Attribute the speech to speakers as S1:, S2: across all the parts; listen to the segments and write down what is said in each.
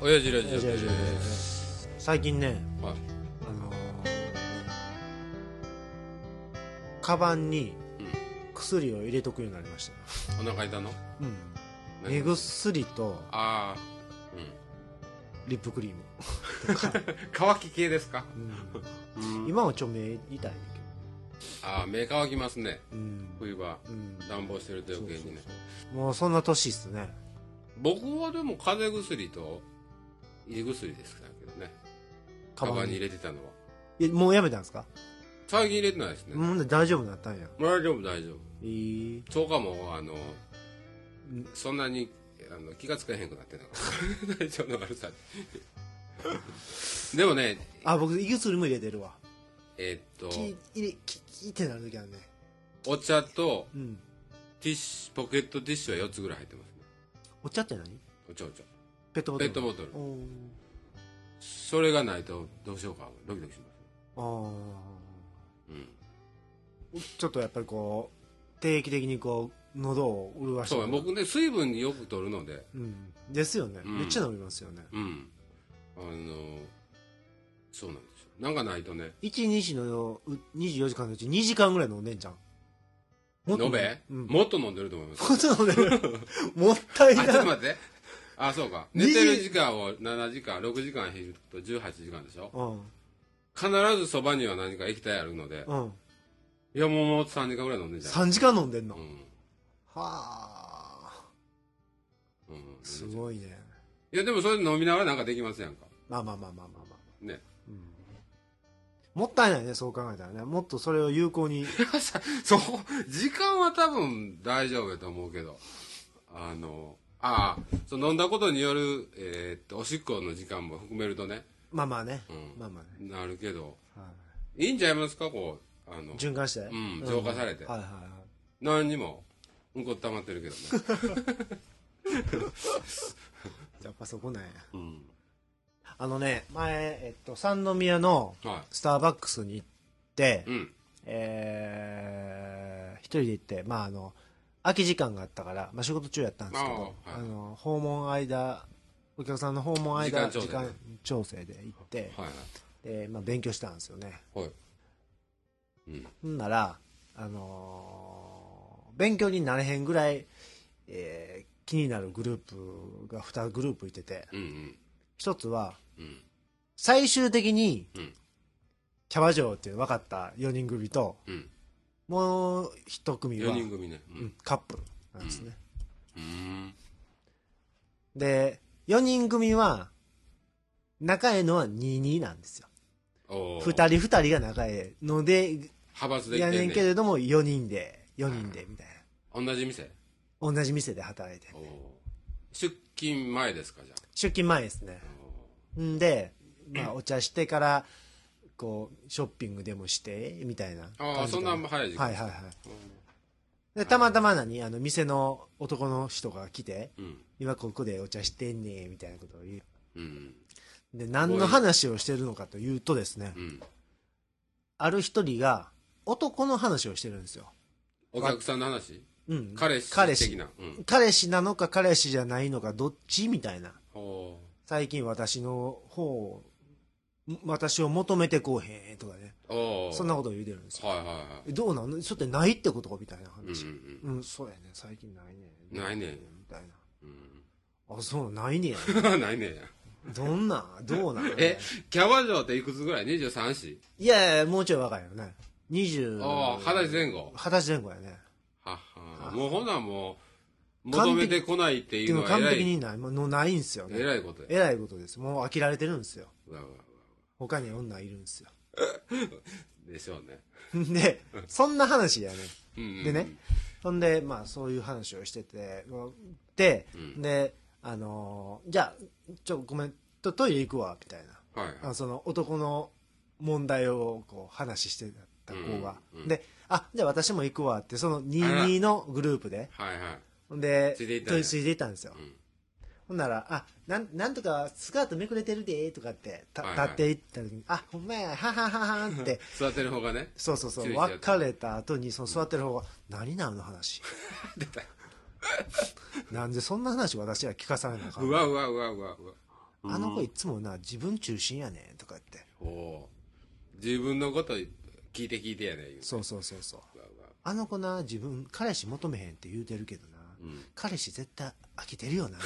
S1: 親父親父
S2: 親父親父親父最近ね
S1: はい
S2: あのーカバンに
S1: うん
S2: 薬を入れとくようになりましたよ
S1: お腹痛の
S2: うん目薬と
S1: ああうん
S2: リップクリーム、
S1: 乾き系ですか
S2: うん今はちょ目痛いねんけど
S1: ああ目乾きますね
S2: うん
S1: 冬場
S2: うん
S1: 暖房してると余計にね
S2: そうそうそうもうそんな年っすね
S1: 僕はでも風邪薬と胃薬ですけどねカバンに入れてたのは
S2: えもうやめたんですか
S1: 最近入れてないですね
S2: もうね大丈夫になったんや
S1: 大丈夫大丈夫
S2: えー、
S1: 腸化もあのそんなにあの気がつかへんくなってなかった 大腸の悪さにでもね
S2: あ僕胃薬も入れてるわ
S1: えー
S2: き
S1: っ
S2: 入れききってなる時あるね
S1: とお茶と
S2: うん
S1: ティッシュポケットティッシュは4つぐらい入ってますね
S2: お茶って何
S1: お茶お茶
S2: ペットボト
S1: ペ
S2: ル
S1: ットボトル
S2: お
S1: それがないとどうしようかドキドキしま
S2: ー
S1: すうん
S2: あーちょっとやっぱりこう定期的にこう喉を潤わして
S1: そうや僕ね水分よく取るので
S2: うん、ですよね、
S1: うん
S2: めっちゃ飲みますよね
S1: うんあのそうなんですよなんかないとね
S2: 1日のう24時間のうち2時間ぐらい飲んでんじゃんもっと
S1: 飲べ、
S2: うん、も
S1: もっと飲んでると思い ます
S2: っと飲んで るもったい
S1: あ、ちょ
S2: な
S1: っと
S2: い
S1: 待って。あ、そうか。
S2: 二
S1: 寝
S2: 時
S1: てる時間を7時間、6時間減ると18時間でしょ
S2: う
S1: 必
S2: ん
S1: ずそばには何か液体あるので、
S2: うん
S1: いやもうもう3時間ぐらい飲んでんじゃん。
S2: 3時間飲んでんの、
S1: うん。
S2: はあ
S1: うん。
S2: すごいね
S1: いやでもそれ飲みながらなんかできますやんか。
S2: まあまあまあまあまあまあ
S1: ね。
S2: うんもったいないねそう考えたらねもっとそれを有効に
S1: そう、時間は多分大丈夫やと思うけど、あの、ああ、そう飲んだことによる、えーっと、おしっこの時間も含めるとね、
S2: まあまあね
S1: うん
S2: まあまあね、
S1: なるけど、
S2: はい
S1: いいんちゃいますかこう、あの、
S2: 循環して、
S1: うん浄化されて
S2: はいはいはい
S1: 何にも、うんこ溜まってるけどね。
S2: やっぱそこなんや
S1: うん。
S2: あのね前、えっと、三宮の
S1: は
S2: スターバックスに行って、
S1: い。うん。
S2: えー一人で行ってまああの空き時間があったから、まあ、仕事中やったんですけど
S1: あ
S2: あ、
S1: あはい
S2: の訪問間お客さんの訪問間
S1: 時間調整ね
S2: 調整で行って、
S1: はい
S2: でまあ、勉強したんですよね
S1: はい。はい。うん。
S2: ほんなら、あのー勉強になれへんぐらい、えー気になるグループが2グループいてて、
S1: うんうん。
S2: 一つは、
S1: うん。
S2: 最終的に
S1: うん、
S2: キャバ嬢っていうの分かった4人組と、
S1: うん。
S2: もう1組
S1: 4
S2: は、
S1: 人組ね。う
S2: うん
S1: ん。
S2: カップルなんですね。
S1: うーん。
S2: で、4人組は、仲ええのは22なんですよ。
S1: お
S2: 2
S1: ー
S2: 人2人が仲ええので、
S1: 派閥でき
S2: や
S1: て
S2: ね
S1: ん
S2: んけ
S1: ねん。
S2: れども、4人で、4人で、みたいな。
S1: 同じ店
S2: 同じ店で働いて。
S1: おー出勤前ですか、じゃ
S2: 出勤前ですね。
S1: あ。
S2: んで、まあ、お茶してからこうショッピングでもしてみたいな
S1: ああー、
S2: 感じ
S1: そ
S2: か
S1: んな早い時間。
S2: はいはいはいでたまたま何あの店の男の人が来て
S1: うん。
S2: 今ここでお茶してんねみたいなことを言う
S1: うん。
S2: で何の話をしてるのかというとですね
S1: うん。
S2: ある一人が男の話をしてるんですよ、
S1: お客さんの話
S2: うん、
S1: 彼氏
S2: 彼
S1: 的
S2: 氏
S1: な。うん。
S2: 彼氏なのか彼氏じゃないのかどっちみたいな
S1: お
S2: 最近私の方をん私を求めてこうへんとかね
S1: ーおー
S2: そんなことを言うてるんですよ
S1: はいはいは。
S2: えどうなのそれってないってことかみたい
S1: う
S2: ない
S1: んう
S2: 話、
S1: ん
S2: うんそうやね最近ないね
S1: ないね
S2: みたい
S1: うん。
S2: なあそうないね
S1: うん。 ないねんや。
S2: どんなんどうなん
S1: え、キャバ嬢っていくつぐらい ?23 歳
S2: いやいやもうちょい若いよね20
S1: ああ、二十歳前後。
S2: 二十歳前後やね
S1: ははもうほなもう求めてこないってい
S2: で
S1: うの
S2: も
S1: は
S2: 完
S1: 偉
S2: 璧
S1: い
S2: にないもうのないんすよね
S1: 偉いことや
S2: えらいことですもう飽きられてるんですよ
S1: うわうわ
S2: 他に女いるんですよ
S1: でしょうね、
S2: でそんな話やね
S1: うんうん
S2: でねほんでまあそういう話をしててで、
S1: うん
S2: であのーじゃあちょごめんとトイレ行くわみたいな
S1: はい
S2: あその男の問題をこう話してた子が、
S1: うんうん
S2: で「あじゃあ私も行くわ」ってその22のグループで
S1: はいはい
S2: ほんで
S1: ついていったんや
S2: 問ついていったんですよ、
S1: うん
S2: ほんなら「あなんなんとかスカートめくれてるで」とかってた
S1: はい
S2: 立
S1: はい
S2: っていった時に「あほんまやははははん」 って
S1: 座ってる方がね
S2: そうそうそ
S1: 注
S2: う
S1: 意し合って
S2: 別れた後にその座ってる方が「何なの話
S1: 出 た」
S2: なんでそんな話私ら聞かされなあかっ
S1: うわうわうわうわうわうん
S2: あの子いつもな、自分中心やねんとか言って。
S1: ほう自分のこと聞いて聞いてやね言う
S2: そうそうそうそう。
S1: うわうわ
S2: あの子な、自分、彼氏求めへんって言うてるけどな、
S1: うん
S2: 彼氏絶対飽きてる よな、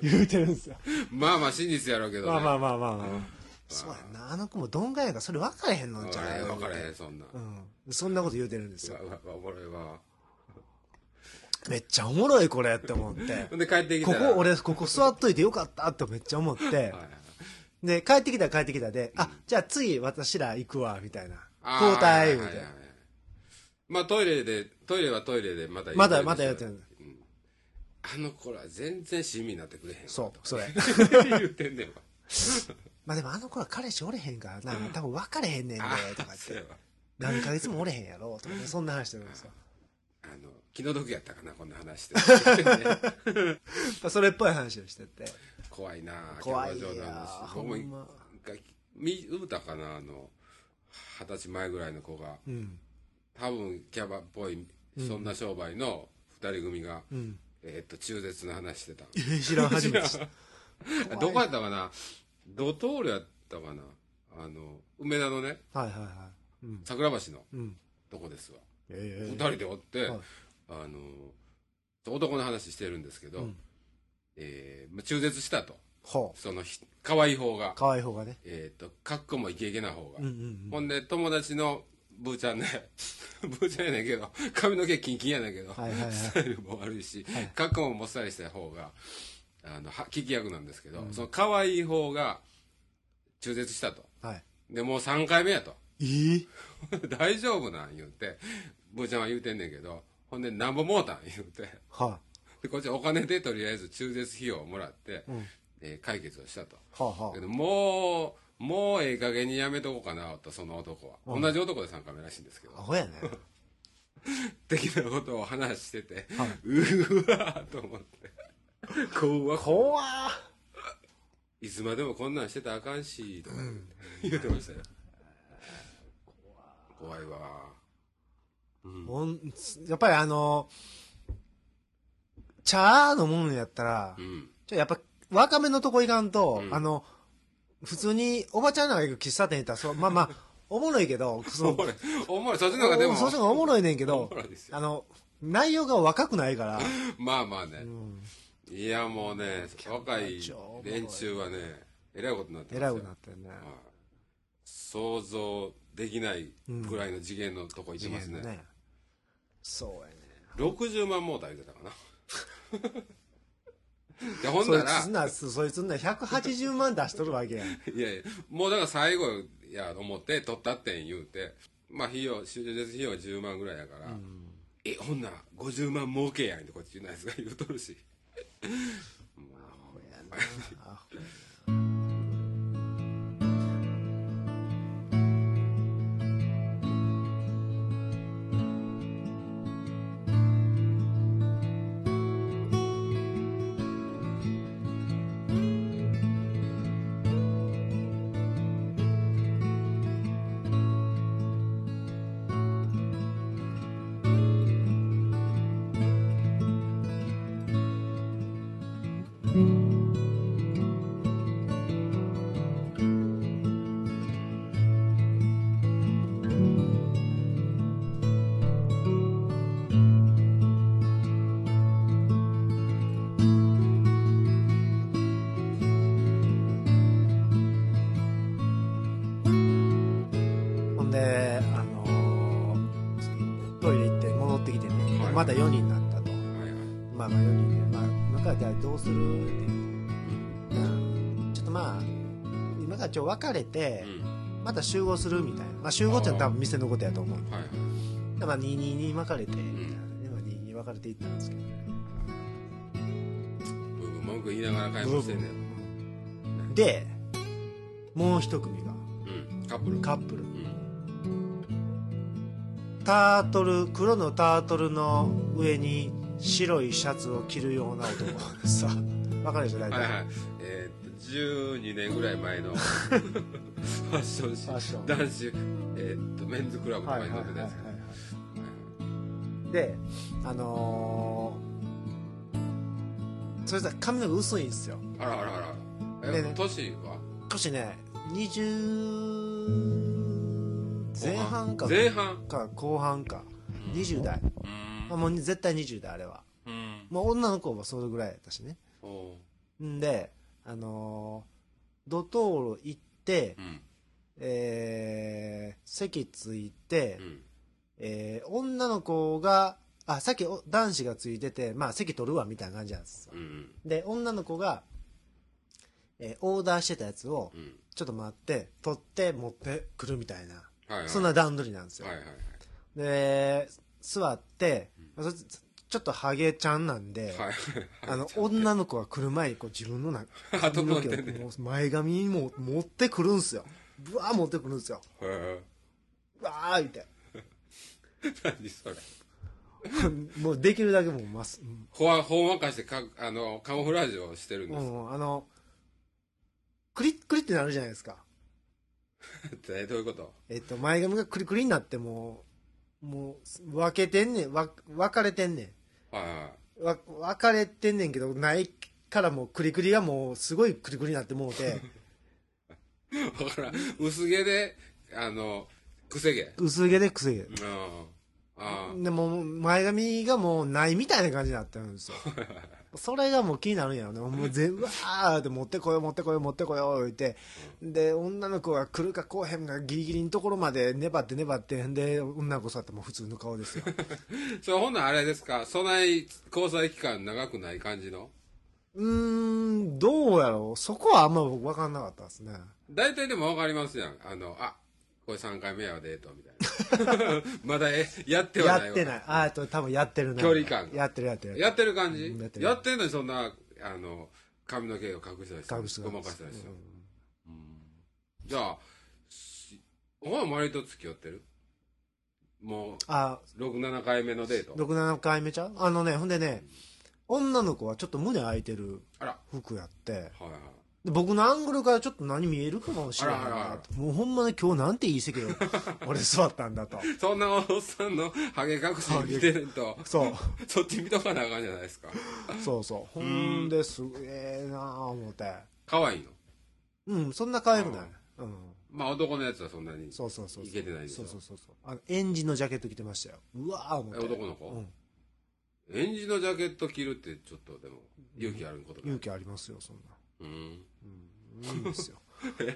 S2: 言うてるんですよ。
S1: まあまあ真実やろうけどね
S2: まあまあまあまあまあ。そうやんな、あの子もどんがやからそれ分かれへんのん
S1: 分
S2: ち
S1: か
S2: ゃ
S1: れへ
S2: うん
S1: 分かれへんそんな、う
S2: うん。そんなこと言うてるんですよ
S1: わ。うわうわおもろいわ
S2: めっちゃおもろいこれっ て思って
S1: ほ。んで帰ってきた
S2: こ
S1: ら
S2: こ、俺、ここ座っといてよかったってめっちゃ思って
S1: は。いはい
S2: で、帰ってきたら帰ってきたで、あ、じゃあ次私ら行くわ、みたいな。
S1: あー
S2: 交代、み
S1: は
S2: た
S1: はいは
S2: な。
S1: まあトイレでトイレはトイレでまだ
S2: まだまだやってる
S1: うんあの子ら全然親身になってくれへんわ
S2: そう、それ。
S1: 言ってんねん わ
S2: まあでもあの子は彼氏おれへんからな、多分分かれへんねんで、とか
S1: そ
S2: 言
S1: う
S2: っ
S1: や
S2: て。
S1: わ
S2: 何ヶ月もおれへんやろ、とかね、そんな話してるんですよ。
S1: あの気の毒やったかなこんな話して
S2: まあ それっぽい話をしてて。
S1: 怖いな
S2: 怖い
S1: キャ
S2: よ
S1: バ嬢の話。
S2: ほ
S1: 僕も一
S2: んま。
S1: 回見見たかなあの二十歳前ぐらいの子が
S2: うん。
S1: 多分キャバっぽいそんな商売の二人組が、
S2: うん。
S1: えーっと中絶の話してた
S2: えー知らん初め て知っ
S1: あ
S2: た。
S1: どこやったかなドトールやったかなあの、梅田のね、
S2: はいはいはい。うん。
S1: 桜橋の
S2: うん。
S1: とこですわ。
S2: え
S1: 二、
S2: え
S1: 人でおって、
S2: はい
S1: あの、男の話してるんですけど、
S2: うん
S1: えーまあ中絶したと。
S2: ほ
S1: そのひ、可愛い方が
S2: う。、かわいい方がね。
S1: えっ、と、格好もイケイケな方が。
S2: うんうんう
S1: ほ
S2: ん。
S1: んで、友達のブーちゃんね、 ブーちゃんやねんけど、髪の毛キンキンやねんけど、
S2: はいはいはい
S1: スタイルも悪いし、
S2: はい
S1: 格好ももっさりした方が、あの、は聞き役なんですけど、その可愛い方が、中絶したと。
S2: はい。
S1: で、もう3回目やと。
S2: ええ
S1: 大丈夫なん言うて、ブーちゃんは言うてんねんけど、ほんで、なんぼもうたん 言うて。
S2: は
S1: で、こっちお金でとりあえず中絶費用をもらって、
S2: い。うん。は
S1: えー解決をしたと。
S2: あは
S1: けどもう、もうええ加減にやめとこうかなと、その男は。
S2: うん
S1: 同じ男で3回目らしいんですけど
S2: あ。ア。ホやね。
S1: 的なことを話してて、
S2: はいう
S1: わーと思って。怖っ
S2: 怖
S1: いつまでもこんなんしてたらあかんし、とか言ってましたよ。怖いわうん。
S2: ほんやっぱりあの、茶のもんやったら
S1: う、ん。
S2: ちょやっぱ、若めのとこ行かんと、
S1: うん
S2: あの、普通におばちゃんなんか行く喫茶店行ったら、そうまあまあ、おもろいけど、そ
S1: お
S2: の
S1: もろい。おもろい。そっちの方がでも。
S2: そうそうおもろいねんけ
S1: お
S2: ど
S1: もろいです、よ
S2: あの、内容が若くないから、
S1: まあまあね。
S2: うん、
S1: いやもうね、若い
S2: キャバ嬢おもろい
S1: 連中はね、えらいことになって
S2: え
S1: ま
S2: ら
S1: す
S2: い
S1: よ
S2: こ。となってるね。
S1: はい想像できないぐらいの次元のとこ行ってますね。
S2: 次元のねそうやね。
S1: 60万モーター言ってた かな。で、ほん
S2: そ
S1: ない
S2: つ
S1: ら、
S2: な、そいつな、180万出しとるわけやん。
S1: いやいや、もうだから最後やと思って、取ったってん言うて、まあ費用、手術費用は10万ぐらいやから、え、ほんなら50万儲けやんってこっち言うないですか言うとるし。
S2: あほんで、あのートイレ行って戻ってきてね、
S1: はい
S2: まだ4人になったと。
S1: はいはい。
S2: まあまあ4人で、まあ、今からじゃあどうするって言って、うんちょっとまあ、今からちょ、別れて
S1: う、ん。
S2: また集合するみたいな。まあ集合ってのは多分店のことやと思う。
S1: はいはい。
S2: でまあ22に分かれて、みたいなね。まあ22に分かれていったんですけど。
S1: ブーブー文句言いながら買い物してんねん。
S2: で、もう一組が、
S1: うん。カップル。
S2: カップル。
S1: うん。
S2: タートル、黒のタートルの上に白いシャツを着るような男。 さあ、わかるでしょ、大
S1: はいは
S2: 体。
S1: い。えーっと、12年ぐらい前 のファッション誌
S2: ファッショ、ン
S1: 男子、えーっと、メンズクラブとかに載ってたやつ。はい
S2: い。で、あのー、それさ、髪の毛薄いんですよ。
S1: あらあらあら。え
S2: でね
S1: 年は
S2: 年ね20前半か
S1: 前半
S2: か後半か20
S1: う
S2: 代、まあ、
S1: ん
S2: もう絶対20代あれは
S1: うん
S2: もう女の子はそれぐらいやったしね
S1: おうん
S2: であのー、ドトール行って
S1: うん
S2: えー、席ついて、
S1: うん
S2: えー、女の子があさっきお男子がついててまあ席取るわみたいな感じなんですよ
S1: うん
S2: で女の子が、えー、オーダーしてたやつを
S1: うん
S2: ちょっと待って取って持ってくるみたいな
S1: はいはい
S2: そんな段取りなんですよ、
S1: はいはい
S2: で座って、まあそちょっとハゲちゃんなんで、
S1: はい
S2: あの女の子が来る前にこう自分のな
S1: 後
S2: 髪の
S1: 回
S2: 毛
S1: り
S2: を
S1: でね
S2: こう前髪も持ってくるんすよぶわー持ってくるんすよ
S1: はいへ
S2: うわーみたい
S1: え何それ
S2: な もうできるだけもうます、うん
S1: ほわほんわかしてかあのカモフラージュをしてるん
S2: う
S1: です
S2: ん、あのクリックリってなるじゃないですか
S1: えどういうこと
S2: えっと前髪がクリクリになってもうもう分けてんねんわ分かれてんねん
S1: はいはい
S2: わ分かれてんねんけどないからもうクリクリがもうすごいクリクリになってもうて
S1: わからん薄毛であのくせ毛うん
S2: 薄毛でくせ毛
S1: あ
S2: でもう前髪がもうないみたいな感じになってるんですよそれがもう気になるんやろねもう全部わーって持ってこよう持ってこよう持ってこよう言ってで女の子が来るか来おへんがギリギリのところまで粘って粘ってで女の子座ってもう普通の顔ですよ
S1: あそれほんなんあれですかそない交際期間長くない感じの
S2: うーんどうやろうそこはあんま僕分かんなかったですね
S1: 大体でもわかりますやんあのあこれ3回目やわデートみたいなまだえやっては
S2: や
S1: ないわ
S2: ってないああと多分やってるな
S1: 距離感が
S2: やってるやってる
S1: やってる感じ
S2: うんやってる
S1: やってんのにそんなあの髪の毛を隠したり
S2: 隠
S1: し
S2: して
S1: ご
S2: てた
S1: ま
S2: ん
S1: か
S2: で
S1: し
S2: す
S1: たりして、じゃあしお前割と付き合ってるも
S2: あ
S1: う67回目のデート
S2: 67回目ちゃうあのねほんでね女の子はちょっと胸開いてる
S1: あら
S2: 服やって
S1: はいはい
S2: で僕のアングルからちょっと何見えるかもしれない
S1: あらあらあ
S2: な
S1: ら
S2: ともうほんまに今日なんていい席 を俺座ったんだと
S1: そんなおっさんのハゲ隠し見てる と、
S2: そう
S1: そっち見とかなあかんじゃないですか。
S2: そうそ うほんですげえなあ思って
S1: 可愛いの。
S2: うんそんな可愛くないうん
S1: まあ男のやつはそんなに。
S2: そうそうそう
S1: いけてないでし
S2: そ
S1: ょ
S2: うそうそうそうあのエンジンのジャケット着てましたようわあ思って
S1: え男の子
S2: うん
S1: エンジのジャケット着るってちょっとでも勇気あることだ
S2: 勇気ありますよそんな
S1: うん。
S2: うんいいんですよ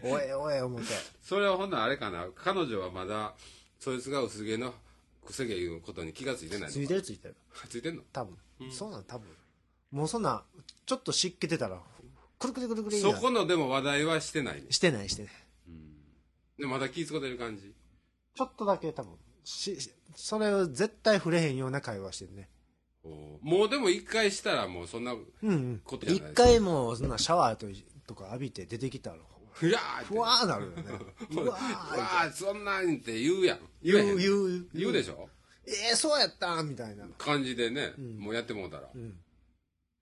S2: おいおい思って
S1: それはほんならあれかな。彼女はまだ、そいつが薄毛の、くせ毛いうことに気がついてないのか
S2: ついてるついてる
S1: ついてんの
S2: 多分、そうなん多分もうそんなちょっと湿気出たらくるくるくるくる
S1: そこのでも話題はしてないね。
S2: してないしてない
S1: でまだ気ぃ使ってる感じ。
S2: ちょっとだけ多分ししそれを絶対触れへんような会話してるね
S1: おーもうでも一回したらもうそんな、
S2: うんうん
S1: ことじゃ
S2: 一
S1: ない
S2: 回もうそんなシャワーととか浴びて出てきたら
S1: ふやーって。
S2: ふわーなるよ ね
S1: ほ
S2: う
S1: ら
S2: わ
S1: うわ
S2: ー
S1: ーそんなんって言うやん。
S2: 言
S1: えへん
S2: う言う
S1: 言うでしょ
S2: えー、そうやったんみたいな
S1: 感じでね、もうやってもうたら、
S2: ん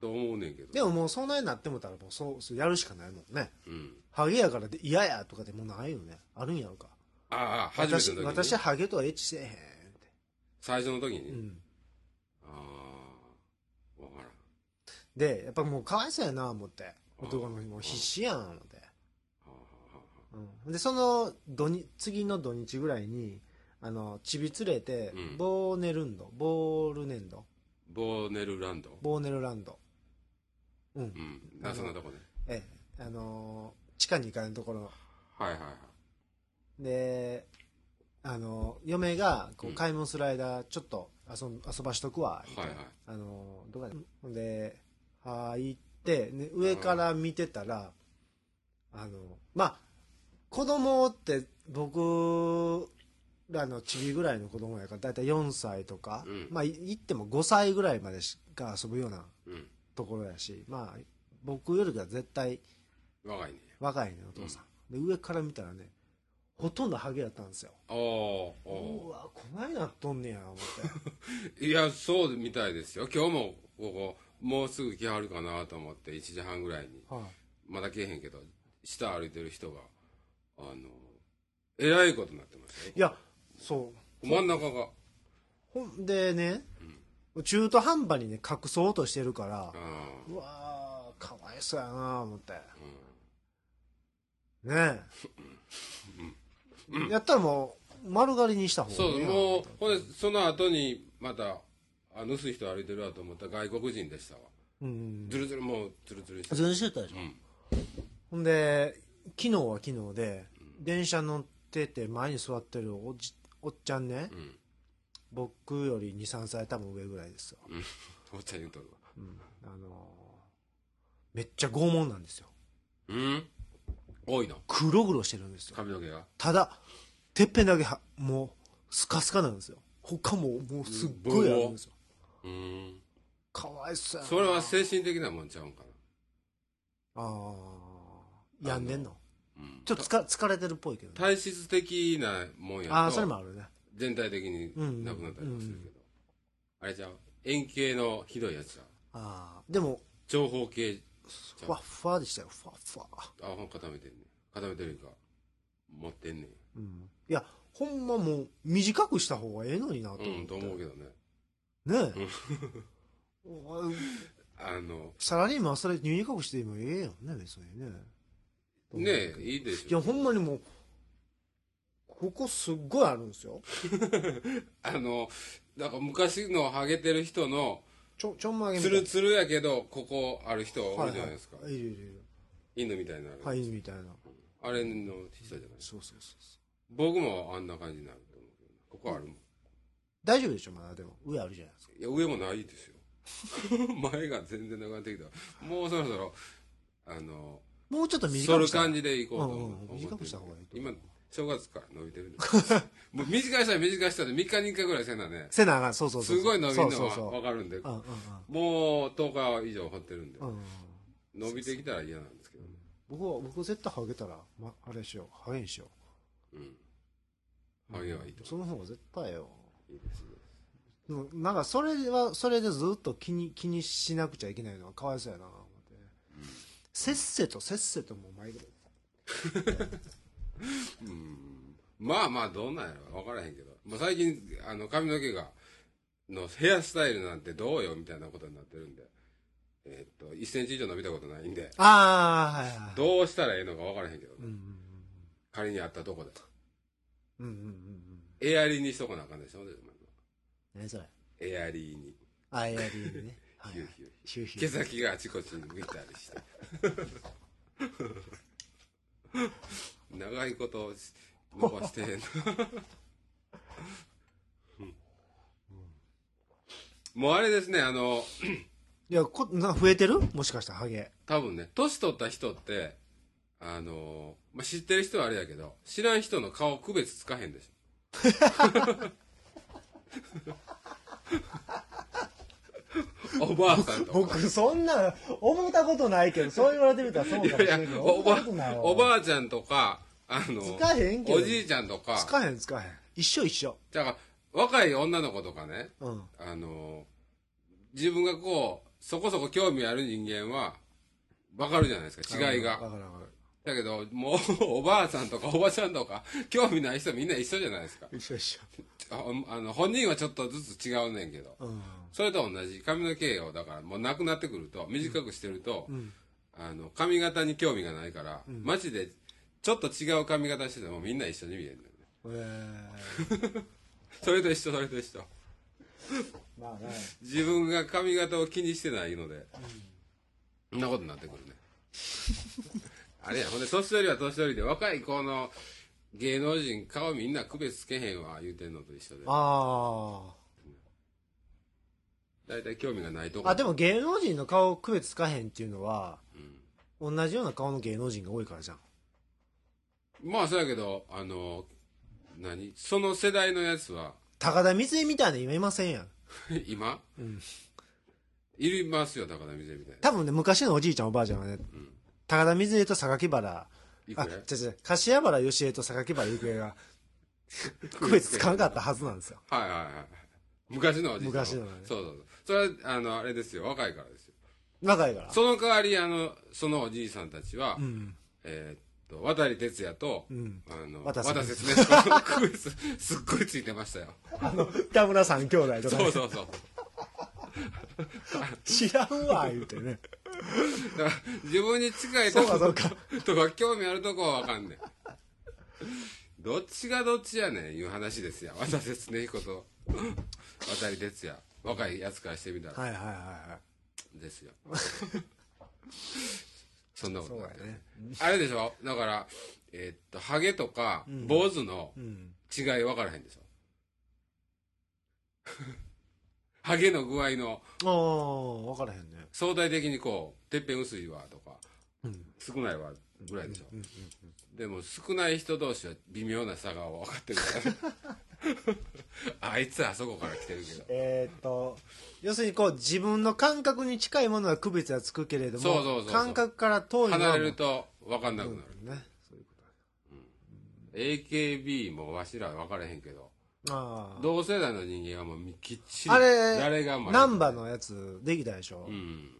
S1: と思うねんけど、
S2: でももうそんなになってもたらもうそうそうやるしかないもんね
S1: うん、
S2: ハゲやからで嫌やとかでもうないよねあるんやろか
S1: ああ初めて
S2: 私
S1: の時に
S2: 私はハゲとはエッチせえへんって
S1: 最初の時に、
S2: うん
S1: ああわからん
S2: でやっぱもうかわいそうやな思って男の人も必死やん思ってうんでその土日次の土日ぐらいにあのちび連れて、
S1: うん
S2: ボーネルンドボールネンド
S1: ボーネルランド
S2: ボーネルランドうん
S1: うんな
S2: あの
S1: そんなとこね
S2: ええあのー地下2階のところ
S1: はいはいはい
S2: であの嫁がこ
S1: う
S2: うん買い物する間ちょっと遊ん遊ばしとく
S1: は
S2: わ、
S1: いはい
S2: あのーどこやほんで入って、ね、上から見てたら、あのまあ子供って僕らのちびぐらいの子供やから大体4歳とか、
S1: うん
S2: まあい言っても5歳ぐらいまでしか遊ぶような
S1: うん
S2: ところやしまあ僕よりは絶対
S1: 若いね
S2: 若いねお父さん、で上から見たらねほとんどハゲだったんですよ
S1: ああお
S2: う
S1: お
S2: わこないなっとんねや思って
S1: いやそうみたいですよ今日もここもうすぐ来はるかなと思って1時半ぐらいに
S2: はい、
S1: まだ来えへんけど下歩いてる人があのえらいことになってましたよ
S2: いやそう
S1: 真ん中が
S2: ほんでね、中途半端にね隠そうとしてるか
S1: あ
S2: ら
S1: あ
S2: うわーかわいそうやな思ってねえやったらもう丸刈りにした方が
S1: そ、
S2: いういな
S1: もう、ほんで、その後に、また、あ、盗す人歩いてるわと思ったら外国人でしたわ。
S2: うん
S1: ずるずる、もう、ずるずるして。
S2: 全然してたでしょ、
S1: うん
S2: ほんで昨日は昨日で電車乗ってて前に座ってるおじおっちゃんね、
S1: ん
S2: 僕より23歳多分上ぐらいですよ、
S1: うん。おっちゃん言うとるわ。
S2: うんあのーめっちゃ拷問なんですよ
S1: うん多いの
S2: 黒々してるんですよ
S1: 髪の毛が。
S2: ただてっぺんだけはもうスカスカなんですよ他ももうすっごいあるんですよ
S1: うん。
S2: かわいそうやな
S1: それは精神的なもんちゃうんか
S2: ああ病んでんの
S1: な。うん。
S2: ちょっと疲疲れてるっぽいけど、ね、
S1: 体質的なもんやと。
S2: ああそれもあるね
S1: 全体的になくなったりもするけど、あれじゃん円形のひどいやつじゃん
S2: ああでも
S1: 長方形じ
S2: ふわっふわでしたよふわっふわ
S1: ゃんあほん固めてんねん固めてるいうか持ってんね
S2: うんいやほんまもう短くした方がええのになと
S1: んう
S2: 思
S1: ん
S2: って、
S1: と思うけどね
S2: ねえ、 お
S1: あの
S2: サラリーマンはそれ短くしてもええよね別にね
S1: ねえいいで
S2: い
S1: し
S2: や
S1: ょ
S2: ほんまにもうここすっごいあるんですよ
S1: あのなんか昔のハゲてる人の
S2: ちょちょんまげみた
S1: ツ
S2: いな
S1: ルツルやけどここある人おるじゃないですか、
S2: はいはい、いるいるいる
S1: 犬みたいになる、
S2: はいみたいな
S1: あれの人じゃない
S2: そうそうそうそう
S1: 僕もあんな感じになると思うけどここあるもん
S2: 大丈夫でしょまだでも上あるじゃないですか
S1: いや、上もない ですよ。前が全然なくなってきた。もうそろそろ、あの、
S2: もうちょっと短
S1: 反
S2: く
S1: る
S2: したら
S1: 感じでいこうと思う
S2: うんうんうん短くした方がいいと思
S1: 今
S2: う、
S1: 正月から伸びてるんです もう短いしたら短いしたで3日に1回ぐらいせなね。
S2: せなあかんそうそうそう
S1: すごい伸びる
S2: そうそう
S1: のは
S2: そ
S1: わかるんで。
S2: ううん
S1: も
S2: うん
S1: う10日以上掘ってるんで
S2: う。んうん
S1: 伸びてきたら嫌なんですけどね。
S2: 僕は僕絶対ハゲたら、ま、あれしようハゲにしよ
S1: うん。ハゲはいいと
S2: うその方が絶対よ
S1: いいですね。
S2: でもなんかそれはそれでずっと気に気にしなくちゃいけないのはかわいそうやな思って、せっせとせっせともう前ぐらい
S1: まあまあ、どうなんやろわからへんけど。まあ最近、あの、髪の毛が、のヘアスタイルなんてどうよみたいなことになってるんで。えーっと、1センチ以上伸びたことないんで、
S2: ああはいはい
S1: どうしたらええのかわからへんけど、
S2: うん
S1: 仮にあったとこで。
S2: うんうんうんうんうん
S1: エアリーにしとこなあかんでしょ
S2: 何それ
S1: エアリーに。
S2: あエアリー ねはい
S1: ヒューヒュー
S2: ヒューヒュ
S1: 毛
S2: ー
S1: 先があちこちに向いたりして。 長いことし伸ばしてへんなうんもうあれですね、あの、
S2: いやこなんか増えてるもしかしたらハゲ
S1: 多分ね、年取った人って、あのーまあ、知ってる人はあれやけど、知らん人の顔区別つかへんでしょ。おばあさんとか。
S2: 僕そんな思ったことないけどそう言われてみたらそうかも
S1: い
S2: し
S1: やい
S2: れん
S1: や
S2: けど
S1: お
S2: 思った
S1: ば
S2: ことないわ
S1: おばあちゃんとか、あの
S2: つかへんけど
S1: おじいちゃんとか、
S2: つかへんつかへん一緒一緒
S1: だから若い女の子とかね、
S2: うん
S1: あの自分がこう、そこそこ興味ある人間は、わかるじゃないですか、違いが
S2: わ。かるわかる
S1: だけど、もう、 おばあさんとかおばちゃんとか、興味ない人みんな一緒じゃないですか。
S2: 一緒一緒
S1: ああの、本人はちょっとずつ違うねんけど。
S2: うん
S1: それと同じ、髪の毛を、だから、もうなくなってくると、短くしてると、あの、髪型に興味がないから、街で、ちょっと違う髪型しててもみんな一緒に見えるんだよね。
S2: えー、
S1: それと一緒、それと一緒。
S2: まあね
S1: 自分が髪型を気にしてないので、そんなことになってくるね。 あれや、ほんで、年寄りは年寄りで、若い子の芸能人、顔みんな区別つけへんわ、言うてんのと一緒で。
S2: あ
S1: 大体興味がないと
S2: あ
S1: こ。
S2: あでも芸能人の顔区別つかへんっていうのは
S1: うん
S2: 同じような顔の芸能人が多いからじゃん
S1: まあ、そうやけど、あの、何その世代のやつは、
S2: 高田光恵みたいな今いませんやん
S1: 今、いりますよ、高田水みたいな。
S2: 多分ね昔のおじいちゃんおばあちゃんはね、高田光恵と榊原
S1: いく
S2: あ
S1: ら
S2: 違う違う柏原芳恵と榊原郁恵が区別つかんかったはずなんですよ
S1: はいはいはい。昔のおじいちゃん
S2: 昔のね
S1: そうそうそう。それは、あの、あれですよ、若いからですよ。
S2: 若いから
S1: その代わり、あの、そのおじいさんたちは、
S2: うん
S1: えーっと、渡哲也と、
S2: ん
S1: あの、
S2: 渡
S1: 渡
S2: 瀬
S1: 瀬哲也の区別、す っごいついてましたよ。
S2: あの北村さん兄弟とかね
S1: そうそうそう。
S2: 知らんわ言うてね
S1: だから自分に近いと
S2: そうかそ
S1: こ
S2: うか
S1: とか興味あるとこはわかんねん。どっちがどっちやねんいう話ですよ。渡哲ね彦と渡り哲也。若いやつからしてみたら
S2: はいはいはいはい
S1: ですよ。そんなこと
S2: そう
S1: ない
S2: やね
S1: あれでしょだから、えっと、ハゲとか、坊主の
S2: うん
S1: 違い分からへんでしょ ハゲの具合の
S2: ああ分からへんね
S1: 相対的にこう、てっぺん薄いわとか、
S2: うん
S1: 少ないわぐらいでしょ。
S2: うんうん
S1: でも少ない人同士は微妙な差が分かってる から。あいつはあそこから来てるけど。
S2: えーっと要するにこう自分の感覚に近いものは区別はつくけれども
S1: そうそうそうそう
S2: 感覚から遠いのはもう
S1: 離れると分かんなくなる。
S2: ねそういうこと
S1: AKB もわしら分からへんけど、
S2: あ
S1: 同世代の人間はもうきっちり、
S2: あれ
S1: 誰が
S2: あ
S1: ま
S2: ナンバのやつできたでしょ、
S1: うん。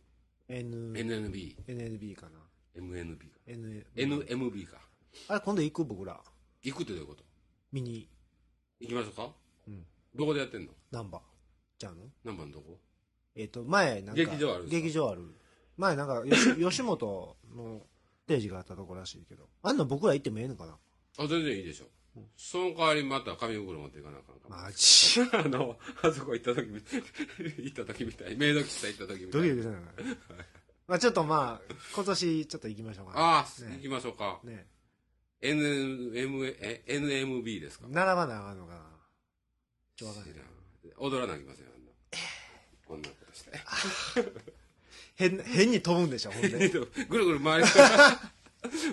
S2: N
S1: NNB、
S2: NNB かな
S1: MNB か。
S2: N
S1: NMB か。
S2: あれ今度行く僕ら
S1: 行くってどういうこと
S2: 見に
S1: 行きましょうか
S2: うん
S1: どこでやってんの
S2: ナンバちゃうの
S1: 何番どこ
S2: えっ、と前なんか
S1: 劇場あるんですか
S2: 劇場ある前なんか 吉吉本のステージがあったとこらしいけどあんな僕ら行ってもええのかな
S1: あ、全然いいでしょ。その代わりまた紙袋持っていかなあかんから。
S2: マジ
S1: あの、あそこ行った時み、 行った時みたい。メイド喫茶行った時みた
S2: ドキド
S1: い。
S2: キじゃないまあちょっとまあ今年ちょっと行きましょうか
S1: ああ、
S2: ね
S1: 行きましょうか。
S2: ね
S1: NM、え、NMB ですか
S2: 並ばなあかんのかなちょっとわかんない
S1: 踊らなきゃいけません、あんな。こんなことして。
S2: 変変に飛ぶんでしょほ んで
S1: ぐるぐる回り飛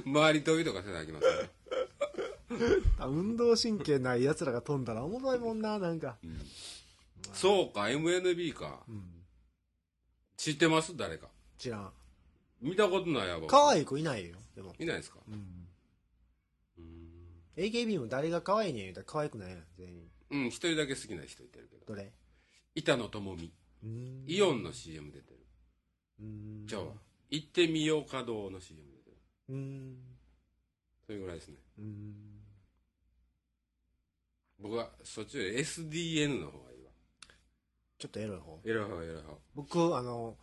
S1: び、回り飛びとかせなきゃいけません。
S2: あ運動神経ない奴らが飛んだらおもろいもんななんか
S1: そうか、MNB か。
S2: うん
S1: 知ってます誰か。
S2: 知らん
S1: 見たことないやば。
S2: 可愛い子いないよでも、
S1: いないですか
S2: うん、
S1: うん。
S2: AKB も誰が可愛いねん言うたら可愛くないやん全員
S1: うん、一人だけ好きな人いてるけど。
S2: どれ
S1: 板野友美。
S2: うん
S1: イオンの CM 出てる。
S2: うん
S1: じゃあ、行ってみようかどうの CM 出てる。
S2: うん
S1: それぐらいですね。
S2: うん
S1: 僕はそっちより SDN の方がいいわ。
S2: ちょっとエロい方
S1: エロい方、エロい方。
S2: 僕あの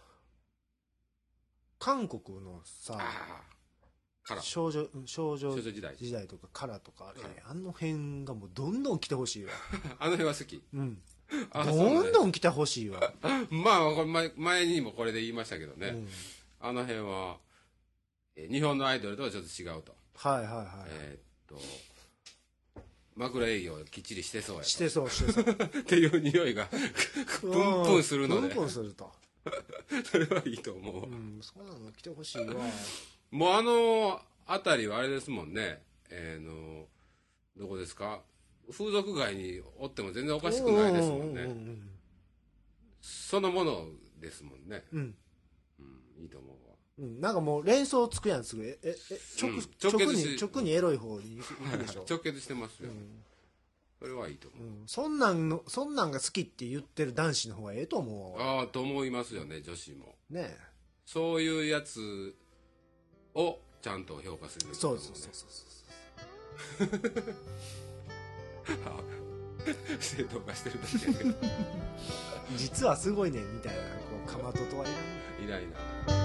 S2: 韓国のさ
S1: ああ。から。少
S2: 少女うん少女
S1: 女時代。
S2: 時代とかカラとかあれ
S1: カラ
S2: あの辺がもうどんどん来てほしいわ
S1: あの辺は好き。
S2: うん
S1: あ
S2: どん
S1: ん。
S2: どん来てほしいわ、
S1: まあ、これ前前にもこれで言いましたけど
S2: う
S1: ね。
S2: ん、
S1: あの辺は、えー日本のアイドルとはちょっと違うと。
S2: はいはいはい、
S1: えーっと、枕営業きっちりしてそうや
S2: してそうし てそう
S1: と。っていう匂いが、 プンプンするの
S2: うん
S1: で
S2: プンプンすると
S1: それはいいと思うわ
S2: う。んそうなの来てほしいわ
S1: もうあの辺りはあれですもんね。えーの、どこですか風俗街におっても全然お
S2: お
S1: かしくないですもん
S2: う
S1: ね。
S2: ん
S1: そのものですもんね。
S2: うんうん
S1: うん、いいと思うわ。
S2: うん、なんかもう連想つくやんすぐえええ直,、
S1: うん
S2: 直
S1: 直結
S2: に
S1: し
S2: 直にエロい方に行く行くでしょ、
S1: 直結してます
S2: う
S1: よ。
S2: ん
S1: それはいいと思う
S2: う。ん、そんなんのそんなんが好きって言ってる男子の方がええと思うわ
S1: ああ、と思いますよね、女子も。
S2: ね
S1: そういうやつをちゃんと評価するべきだと
S2: そ
S1: 思
S2: うそうそうそうそう
S1: ね 正当化してるだけ やけど
S2: 実はすごいねみたいなこうかまととはいらん
S1: いないな。